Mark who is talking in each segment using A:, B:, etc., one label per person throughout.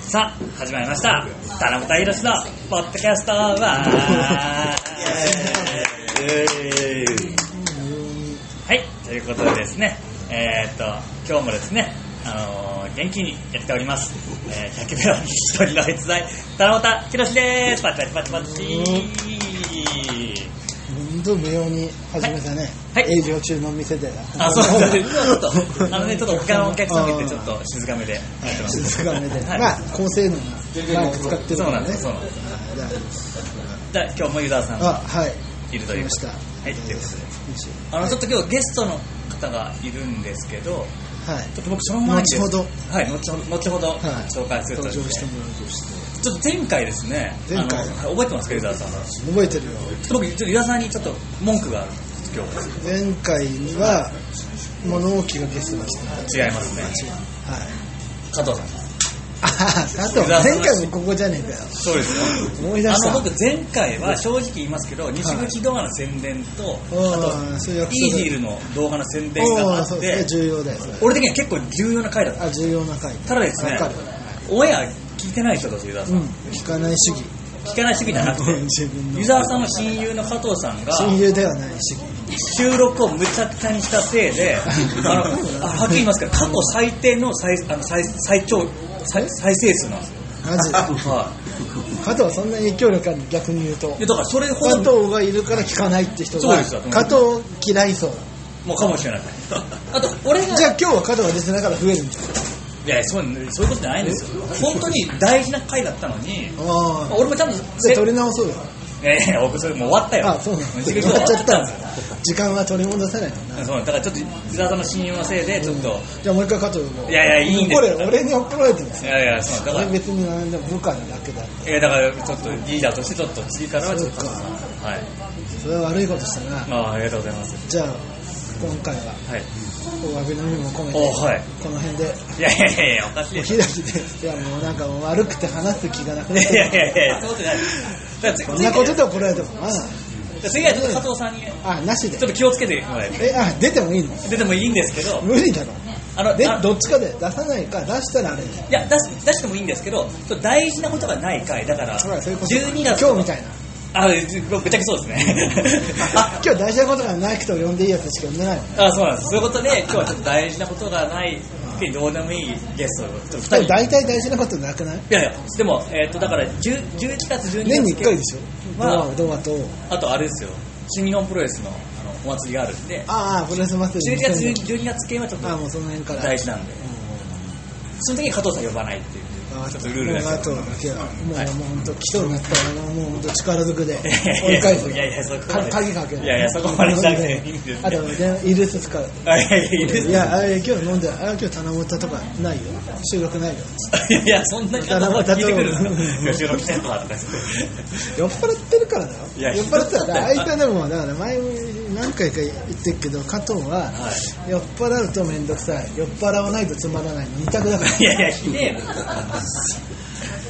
A: さあ始まりました田中田博のポッドキャストは
B: イエーイ
A: はいということでですねえーっと今日もですねあのー元気にやっております、えー、100秒に一人の逸材田中田博ですパチパチパチパチ
C: 本当無用に始めたね、
A: はいはい
C: 営業中の店で
A: あそうだねち ょっとあのねちょっと他のお客さん見てちょっ
C: は
A: と静かめでやって
C: い
A: ます
C: 静かめで、
A: はい
C: まあ高性能なマイク使ってる
A: そう
C: か
A: な
C: ら
A: ん
C: ね
A: ですそうなんです
C: はい大丈夫です
A: じゃあ今日も湯沢さんが
C: あはい
A: いると
C: 来
A: いう
C: ました
A: はいということで
C: 嬉しい
A: あのちょっと今日ゲストの方がいるんですけど
C: はい
A: ちょっと僕その前にです
C: 後ほど
A: はい後ほど後ほど
C: はい
A: 紹介するとして、
C: 登場してもらうとして
A: ちょっと前回ですね
C: 前回
A: あのはい覚えてますか湯沢さんちょっ
C: 覚えてるよ
A: と僕ちょっと湯沢さんにちょっと文句があるんです今
C: 前回には物置がゲストでした
A: 日違いますね
C: はい
A: 加藤さんです
C: あ あと前回もここじゃねえかよ
A: そうです
C: 思い出した
A: あの僕前回は正直言いますけど西口動画の宣伝と、
C: うんそういう
A: あ
C: 約
A: と
C: 束
A: イージールの動画の宣伝があ
C: おー
A: っ
C: そう
A: て、
C: ですね重要だよそれ
A: 俺的には結構重要な回だった
C: あ重要な回
A: ただですね
C: わかる
A: オンエア聞いてない人だと湯沢さ、
C: うんん聞かない主義
A: 聞かない主義じゃなくて
C: 自分の
A: 湯沢さんの親友の加藤さんが
C: 親友ではない主義
A: 収録をむちゃくちゃにしたせいであのあはっきり言いますけど過去最低の最あの最最長最再生数なんですよ
C: マ ジで
A: は
C: 加藤はそんな影響力あるの逆に言うと
A: いでだからそれほ
C: 加
A: ど
C: 藤がいるから聞かないって人
A: そうで
C: が
A: すよ
C: 加藤嫌いそう
A: もうかもしれないあと俺が
C: じゃあ今日は加藤が出てなから増えるんだ
A: いやそうそういうことじゃないんですよ本当に大事な回だったのに
C: ああ
A: 俺もちゃんと
C: じゃ
A: せ
C: あ取り直そうよ
A: いやいや僕それもう終わったよ
C: あそうなの
A: も終
C: 終
A: わ
C: わ
A: っ
C: っ
A: ち
C: ち
A: ゃ
C: ゃ
A: っ
C: ったた
A: ん
C: ん
A: ですよ
C: 時間は取り戻せないのな
A: そうだからちょっと湯沢さんの親友のせいでちょっと、
C: じゃあもう一回加藤も
A: いやいやいいんです
C: こ
A: よ
C: れ俺に怒られてるんです
A: いやいやそうだから
C: 俺別に何でも部下にだけだ
A: いやだからちょっとリーダーとしてちょっと次からはちょっと
C: そうか
A: はい
C: それは悪いことしたな
A: まあありがとうございます
C: じゃあ今回は
A: はい
C: お詫びの意味も込め
A: お
C: て
A: はい
C: この辺で
A: いやいやいやいやおかしい
C: お
A: でしょ
C: 開きでいやもうなんかもう悪くて話す気がなく
A: い
C: なっ
A: やい
C: て
A: やいやいやそうじゃないだって
C: こんなことで怒られてもまあ
A: 次はちょっと加藤さんにち
C: あなしで
A: ょっと気をつけてもらえ
C: えあ出てもいいの
A: 出てもいいんですけど
C: 無理だろ
A: あの
C: で
A: あ
C: どっちかで出さないか出したらあれ
A: いや出す出してもいいんですけどちょっと大事なことがない回だから
C: ほらそういうこと
A: 12月
C: 今日みたいな
A: あぶっちゃけそうですねあ
C: 今日大事なことがない人を呼んでいいやつしか呼んでないの
A: あそうなんですそういうことで今日はちょっと大事なことがないってどうでもいいゲストをちょっと2
C: でも
A: 人
C: 大体大事なことなくない
A: いやいやでもえっ、とだから10 11月12月
C: 年に1回でしょド
A: まあ
C: アはドアと
A: あとあれですよ新日本プロレスのあのお祭りがあるんで
C: ああプロレス祭
A: 11
C: り
A: 月
C: 2000
A: 12月系はちょっと
C: ああもうその辺から
A: 大事なんでその時に加藤さん呼ばないっていう
C: あ
A: ちょっとルール
C: もう
A: だ
C: あ
A: け
C: と
A: ど
C: は受けよう
A: はい
C: もうもう本当来そうになったらもう本当力ずくで
A: い
C: 折り返す
A: いやいやそこま
C: か
A: で
C: 鍵かける
A: いやいやそこまでしなくていいんですよ
C: あとでイルス使う
A: あいやいやいいです
C: いやあれ今日飲んであれ今日棚持ったとかないよ収録ないよ
A: いやそんなに加藤さん聞いてくるんですか収録してんのかとか
C: 酔っ払ってるからだ
A: いや
C: よ酔っ払ってたら相手でもだから前何回か言ってるけど加藤は
A: は
C: 酔っ払うと面倒くさい酔っ払わないとつまらないの二択だから
A: いやいやひでえな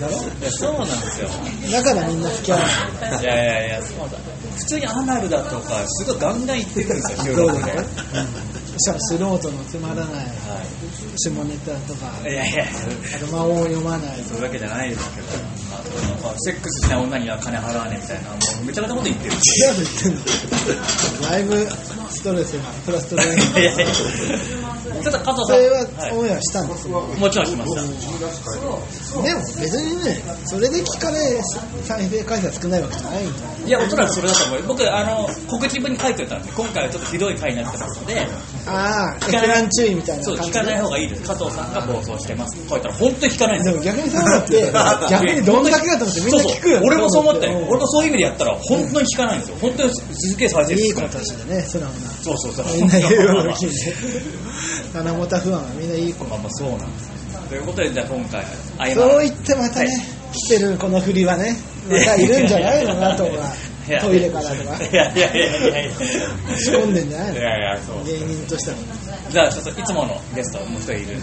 C: だろ
A: いやそうなんですよ
C: だからみんな付き合わない
A: いやいやいやそうだ普通にアナルだとかすごいガンガン言ってくるんですよ収
C: どう
A: 録
C: だ
A: で
C: ろうしかも素人のつまらない
A: は
C: 下ネタとか
A: いいやいや
C: あと間を読まない
A: そういうわけじゃないですけど、まあ、そのまあセックスしない女には金払わねえみたいなもうめちゃめちゃこと言ってる
C: 違うと言ってんのだいぶストレスがプラストレス
A: いや いや
C: が
A: ちょっと加藤
C: そ
A: さ
C: れ
A: ん、
C: はオンエアしたんですよ
A: い、もちろんしました
C: でも別にねそれで聞かれ再生回数が少ないわけじゃないんだ
A: いやおそらくそれだと思う僕あの告知文に書いておいたんで今回はちょっとひどい回になってますので
C: ああ
A: 聞かない
C: 閲覧注意みたいな
A: そう
C: 感
A: 聞
C: じ
A: かない
C: で
A: 方がいいです加藤さんが暴走してますって書いたら本当に聞かないんです
C: で
A: よ
C: も逆にそう なって逆にどんだけだと思ってみんな聞く
A: そう
C: よ
A: そう俺もそう思ったよ俺
C: も
A: もそういう意味でやったら本当に聞かないんですよ本当にすげえ再生
C: いい
A: 数
C: 子
A: 少ない
C: たちだね素直な
A: そうそうそう
C: みんな言うように聞 いて七夕不安はみんないい子
A: まあまあそうなんですよということでじゃあ今回あ今
C: そう言ってまたね、
A: はい
C: 来てるこの振りはね、またいるんじゃないのなとか
A: いや、
C: トイレからとか、
A: いやいやいやいやいや
C: 仕込んでんじゃない
A: い
C: の
A: やいやそう
C: 芸人としては。
A: じゃあちょっといつものゲストもう一人いるんで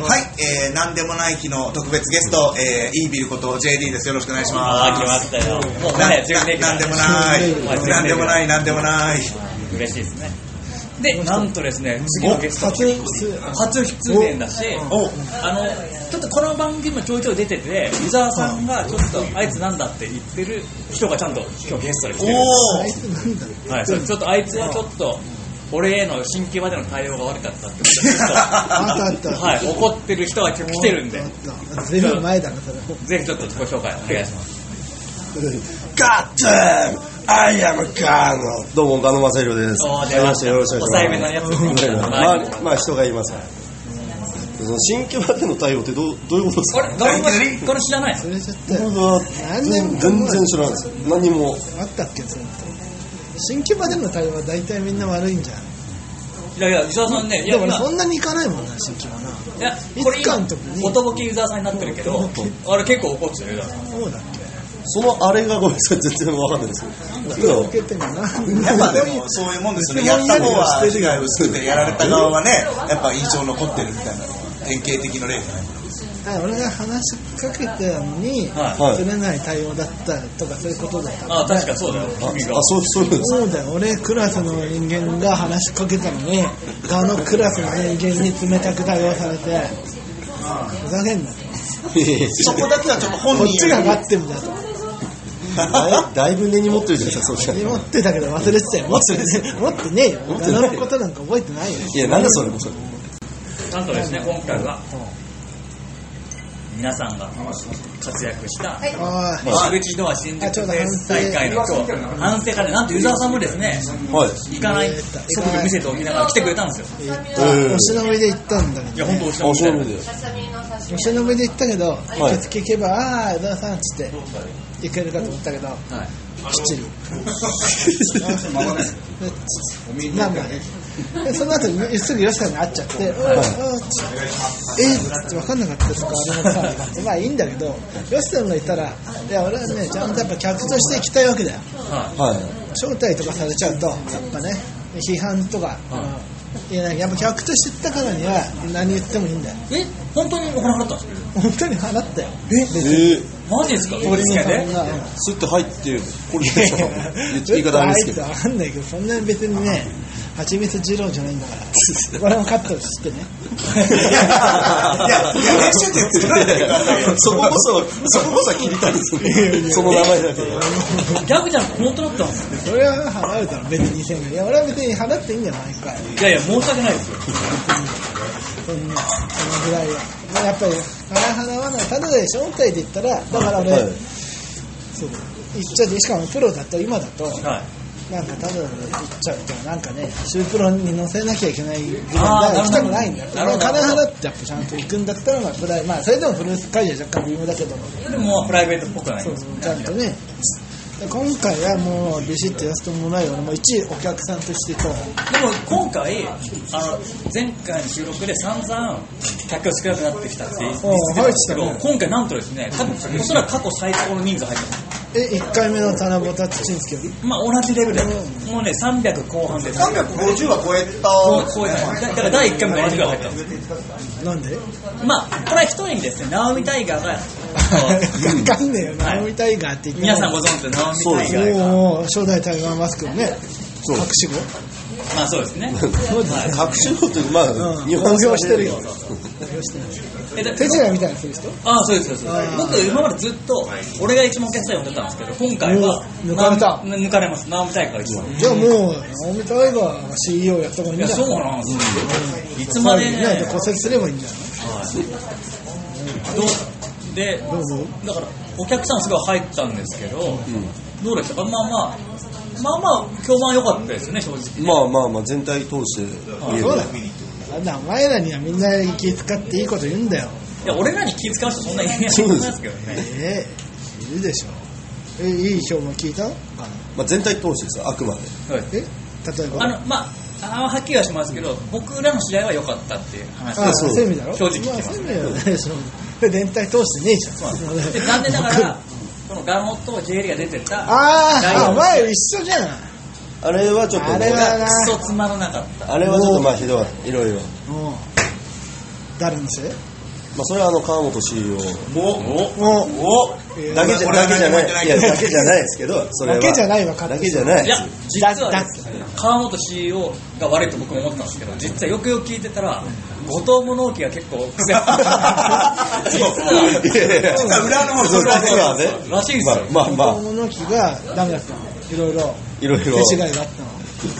A: は
B: はい、えー、なんでもない日の特別ゲスト、えー、イービルこと JD です。よろしくお願いします。
A: あー来ましたよもう
B: な
A: ね
B: な
A: 準レギュラー
B: なんでもない
C: 準レギュ
A: ラー。
B: なんでもない、なんでもない。
A: 嬉しいですねで、なんとですね、次のゲスト。
C: 初出
A: 初出演だし、
B: お
A: あの、ちょっとこの番組もちょいちょい出てて、湯沢さんがちょっと、あいつなんだって言ってる人がちゃんと今日ゲストで来てる。
C: あいつなんだろう
A: はい、それちょっとあいつはちょっと、俺への神経までの対応が悪かったってことでちょっと、
C: あったあ った
A: はい、怒ってる人は今日来てるんで
C: あっ、たあった随分前だなそれ
A: ぜひちょっとご紹介お願いします。
D: ガッツンアイアムガーノどうも、ガ野正宏です。
A: おー出
D: はじめ
A: まし
D: ましたてよろしくお願いします。
A: 抑えめのやつ
D: うんまあ、まあ、人がいます。その新規までの対応ってどうどういうことです
A: あ
D: か
A: れ、ガンマシこれ知らない
C: それちゃって
D: 僕は
C: 何年も
D: 全全然知らないです。何も。
C: あったっけそんな新規場での対応は大体みんな悪いんじゃん
A: いやいや、伊沢さんね、い
C: で
A: や、
C: も
A: 今
C: 俺、そんなに行かないもんな新規場ない
A: やこれ
C: いつ
A: 今
C: かの時に、
A: おとぼけ湯沢さんになってるけど、あれ結構怒ってるよ、湯沢さん。
C: そうだっ
D: そのあれがごめんなさい、全然わかんないですけ
C: け
D: ど。
C: 受けてもな
B: やっぱでもそういうもんですよね。やった方は被害を薄くて、やられた側はね、やっぱ印象残ってるみたいなのが典型的の例じゃない
C: はい俺が話しかけてたのに、
A: はい
C: 釣れない対応だったとかそういうことだった
A: ああ、確かそうだよ、
D: あ、あ
A: 君が。
D: そう、そうなんです。
C: そうだよ俺クラスの人間が話しかけたのに他のクラスの人間に冷たく対応されてふざけんなと
B: そこだけはちょっと本
C: こっ
B: 人
C: ち
B: よ
C: が
B: り
C: 待ってんだと
D: だいだいぶ根に持ってるじゃないですか、そうしたら。
C: 持ってたけど忘れてたよ持ってね持ってねえよ
D: 持ってない
C: 他のことなんか覚えてないよ
D: いや、なんだそれもそれ。
A: なんとですね、今回は、皆さんが活躍した、
C: ああ
A: 石口ドア新
C: あちょ
A: 宿
C: うど反
A: です
C: 省
A: 大会の今日、反省会で、なんと湯沢さんもですね、
D: はい。
A: 行かないそぶり見せておきながら来てくれたんですよ。
C: えっとお忍びで行ったんだ
A: い
C: け
A: や、
C: ど
A: 本
C: ね
A: 当お
D: あ、
A: しゃ
D: そうなん
A: れ
D: で。
C: お忍びで行ったけど
D: い
C: 受付行けばああ江田さんっつって行けるかと思ったけど
A: はい。
C: きっちり でまあまあねでその後にすぐ吉さんに会っちゃって「うんうんえっ?」って分かんなかったとかあれもさまあいいんだけど吉さんがいたら「いや俺はねちゃんとやっぱ客として行きたいわけだよ」
A: は
D: はい。
C: 招待とかされちゃうとやっぱね批判とか、あのいややっぱ客として行ったからには何言ってもいいんだよ
A: い。え、本当にお金払ったんですか
C: 本当に払ったよ
D: えー、
A: マジですか通り抜けで
C: さんが
D: スッて入って、これでしょ。言っ
C: ちょ
D: 言
C: っ
D: い方
C: と
D: あ
C: あ
D: れ
C: い
D: ですけ
C: つ
D: ど。
C: わかんないけどそんなに別にね蜂蜜二郎じゃないんだからこれもカットして ね
B: いや、いや、編集点作られてるからね。
D: そここそ、そここそは切りたいですね。その名前だけ。
A: ギャグじゃなくて本当だったんですよ。
C: それは払うだろ別に2000円いや俺は別に払っていいんだよ毎回
A: いやいや、申し訳ないですよ。
C: そんなそのぐらいはまあやっぱり払わないただで招待で言ったらだから俺、
D: はい
C: そう行っちゃってしかもプロだと今だと
A: はい。
C: なんかただで行っちゃうとなんかねシュープロに乗せなきゃいけないぐらいだ
A: あー
C: から来たくないんだよ
A: なるほど
C: 金払ってやっぱちゃんと行くんだったらまあプライまあそれでもフル会場は若干微妙だけど
A: でも、まあプライベートっぽくはない
C: そうそうちゃんとねで今回はもうビシッと言わせてもらい俺も一お客さんとしてと
A: でも今回、あの前回の収録で散々客が少なくなってきたって言ってたんですけど、
C: おう入ってた
A: 今回なんとですね、多分おそらく過去最高の人数入ってます。
C: え1回目の七夕土んすけど
A: まあ同じレベルで、もうね、300後半です。
B: 350は超え
A: そう
B: た。
A: そうじゃないだだから第1回も同じぐらい入ったんです
C: なんで
A: まあ、これは一人にですね、ナオミタイガー が、
C: 分かんねえよ
A: はい
C: ナオミタイガーって言って
A: 皆さんご存知のナオミタイガーが、
C: もう初代タイガーマスクのね
D: う
C: 隠し子
A: まあそうですね。
C: そうですね
D: 隠し事って、まあ、日
C: 公
D: 本
C: 表してるよ
A: えだ
C: 手品みたいなする人
A: ああ、そうです、そうです。僕、今までずっと、俺が一番お客さん呼んでたんですけど、今回は、
C: うん抜かれた
A: ナオミ抜かれます。ナオミタイガーが一番。
C: じゃあもう、青みタイガーが CEO やった方がいいん
A: い
C: じ
A: や、
C: ゃない
A: そうなんですよ。いつまでね、
C: ね、骨折すればいいんじゃ
A: どうで、
C: ないどうぞ。
A: だから、お客さんすごい入ったんですけど、どうでしたかまあまあ、まあまあ、評判良かったですよね、正直。
D: まあまあまあ、全体通して言え
C: そう
D: ば
C: だ。なんだ、お前らにはみんな気使っていいこと言うんだよ。
A: いや、俺らに気遣う人そんなにいないと
D: そう
A: 思い
D: で
A: ますすけどね。
C: ええいるでしょ。え、いい評判聞いたあの
D: まあ、全体通してですよ、あくまで。
C: え例えば
A: あの、まあ、あーはっきりはしますけど、僕らの試合は良かったっていう話
C: あ
A: で
C: あ、
A: す。
D: そう
C: セミだろ
A: 正直言ってます
C: まあ、セミはね、 その、連帯通してねえじゃん。
A: で残念なが ら、このガモと J リーが出てた、
C: あ
A: ライオン
C: あ、お前一緒じゃん。
D: あれはちょっと
C: あれ
D: ね、
C: はな
A: ク、ソつまらなかった。
D: あれはちょっとまあ、ひどい。いろいろ。
C: もう、誰のせい
D: まあ、それはあの川本 CEO
B: お
C: もう
B: お
D: だけじゃだけじゃないいやだけじゃないですけどそれは
C: だけじゃないわカット
D: だけじゃない
A: い
D: で
A: や
D: す
A: 実はですね川本 CEO が悪いと僕も思ってたんですけど実はよくよく聞いてたら後藤物置が結構癖実 は
D: 実
B: は裏のも
D: そう
B: 裏のも
D: 実はね
A: らしいんですよ
D: まあまあ、まあ、
C: 物置がダメだったのいろいろ
D: いろいろ
C: 手違いがあったの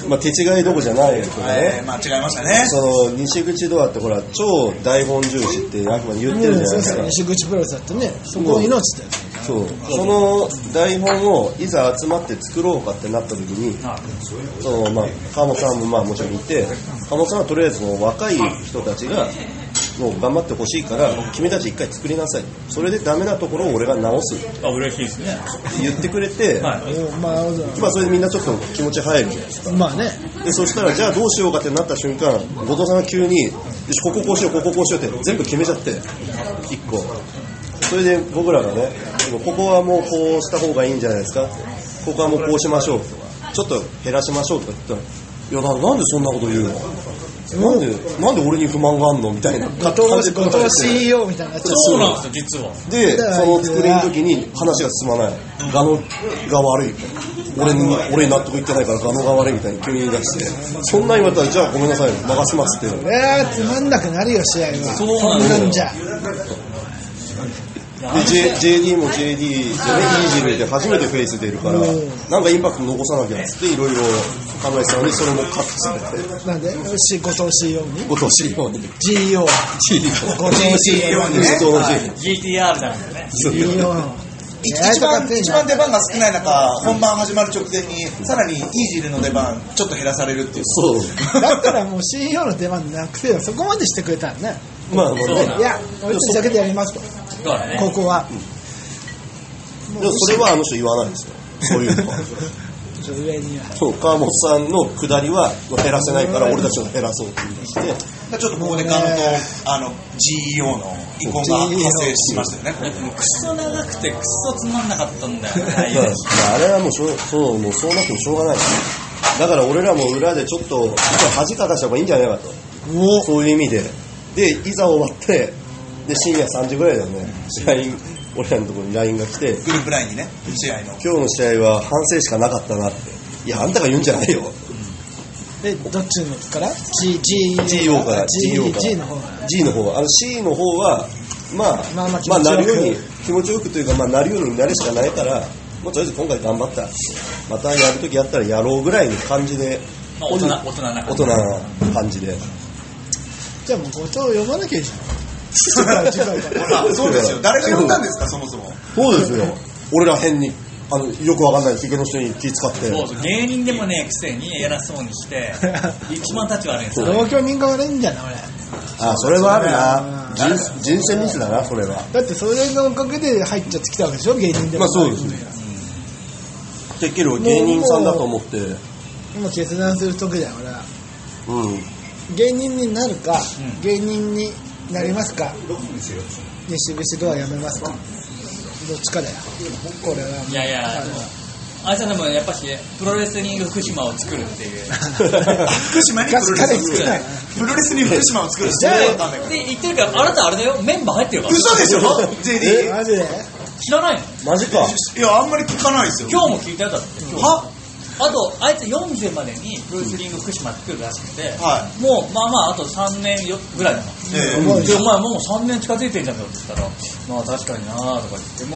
D: まあ手違いどこじゃないですよ
B: えー
D: ね
B: まあ違いましたね
D: その西口ドアってほら超台本重視ってあくまで言ってるじゃないですか
C: うん西口プロレスだってねそこの命だよ
D: そうその台本をいざ集まって作ろうかってなった時にそのまあ川本さんもまあもちろんいて川本さんはとりあえずもう若い人たちがもう頑張ってほしいから君たち一回作りなさいそれでダメなところを俺が直すって
A: あ嬉しいですね
D: 言ってくれて、
A: はい
C: うんまあ
D: まあそれでみんなちょっと気持ち入るじゃないですか
C: まあね
D: でそしたらじゃあどうしようかってなった瞬間後藤さんが急によしこここうしようこここうしようって全部決めちゃって一個それで僕らがねでもここはもうこうした方がいいんじゃないですかここはもうこうしましょうとかちょっと減らしましょうとか言ったらいやななんでそんなこと言うのなんでなんで俺に不満があんのみたいな
C: 後
D: 感
C: 藤
D: じで
C: 後藤 CEO みたいになっちゃ
A: そうなんですよ実は
D: で
C: だから
D: その作りの時に話が進まないガノが悪い俺に俺に納得いってないからガノが悪いみたいに急に言い出してそんなん言われたらじゃあごめんなさい任せますって
C: うえーつまんなくなるよ試合は
A: そうなんですよ
C: なんじゃ
D: で、J、JD も JD じゃねイージーで初めてフェイス出るから
C: うん
D: なんかインパクト残さなきゃっつっていろいろ考えてたのにそれもカットされて
C: なんでし後藤 CEO に
D: 今年ように
C: GEO
D: GD
C: 後藤 CEO にね
D: 後藤の J
A: GTR なんですよね
C: GEO の
B: 一番一番出番が少ない中本番始まる直前にさらにイージルの出番ちょっと減らされるっていう
D: そう
C: だったらもう CEO の出番なくてよそこまでしてくれたらね
D: まあもう
A: そうなん
D: ね
C: いや俺たちだけでやりますと
A: だからね
C: ここは
D: でもそれはあの人言わないんですよそういうのは
C: ちょっと上には
D: そう川本さんの下りは減らせないから俺たちを減らそうって言い出して
B: だからちょっとここでガノとあの GEO の遺恨が発生しましたよね
A: もうクソ長くてクソつまんなかったんだ よ
D: いや
A: ね
D: あれはもうしょうそうもうそうなってもしょうがないだから俺らも裏でちょっとちょっと恥かかした方がいいんじゃないかとそういう意味ででいざ終わってで深夜3時ぐらいだよね LINE 俺らのところに LINE が来て
B: グループラインにね試合の
D: 今日の試合は反省しかなかったなっていやあんたが言うんじゃないよ
C: でどっちのから G-
D: GO から
C: G-
D: GO から
C: G の方
D: G の方あの C の方はまあ
C: まあまあ気
D: まあ
C: 持ち
D: な
C: よく
D: るように気持ちよくというかまあなるようになるしかないからもうとりあえず今回頑張ったまたやるときやったらやろうぐらいの感じで
A: まあ大人大人な
D: 大
A: 感じ
D: 人な感じで。
C: じゃあもう後藤呼ばなきゃいいじゃん次回次回から
B: そうですよ誰が呼んだんですかそもそも
D: そうですよ。俺ら変に、あの、よくわかんないヒゲの人に気使って。
A: そうそう芸人でもねえくせに偉そうに して一番立ち悪いんですよ
C: 同居人が悪いんじゃない
D: あ、それはあるな。人人生ミスだな、それは。
C: 俺だってそれのおかげで入っちゃってきたわけでしょ芸人でも
D: まあそうですねできる芸人さんだと思って。
C: 今決断する時だよ俺は
D: うん。
C: 芸人になるか、
A: うん
C: 芸人になりますか西口ドアやめますかどっちかだよこれはもう
A: いやいやでもあいつはでもやっぱしプロレスに福島を作るっていう
B: 福島にプロレスを作るプロレスに福島を作る
C: じゃあ
B: わかんないから
A: で言ってるけどあなたあれだよメンバー入ってるから
B: 嘘でしょ JD
C: マジで
A: 知らないの
D: マジか。
B: いやあんまり聞かないですよ
A: 今日も聞いたよだって
B: は
A: あとあいつ40までにプロレスリング福島作るらしくて、
B: は
A: もうまあまああと3年よぐらいだな
B: ええ
A: でお前もう3年近づいてんじゃんって言ったらまあ確かになとか言っても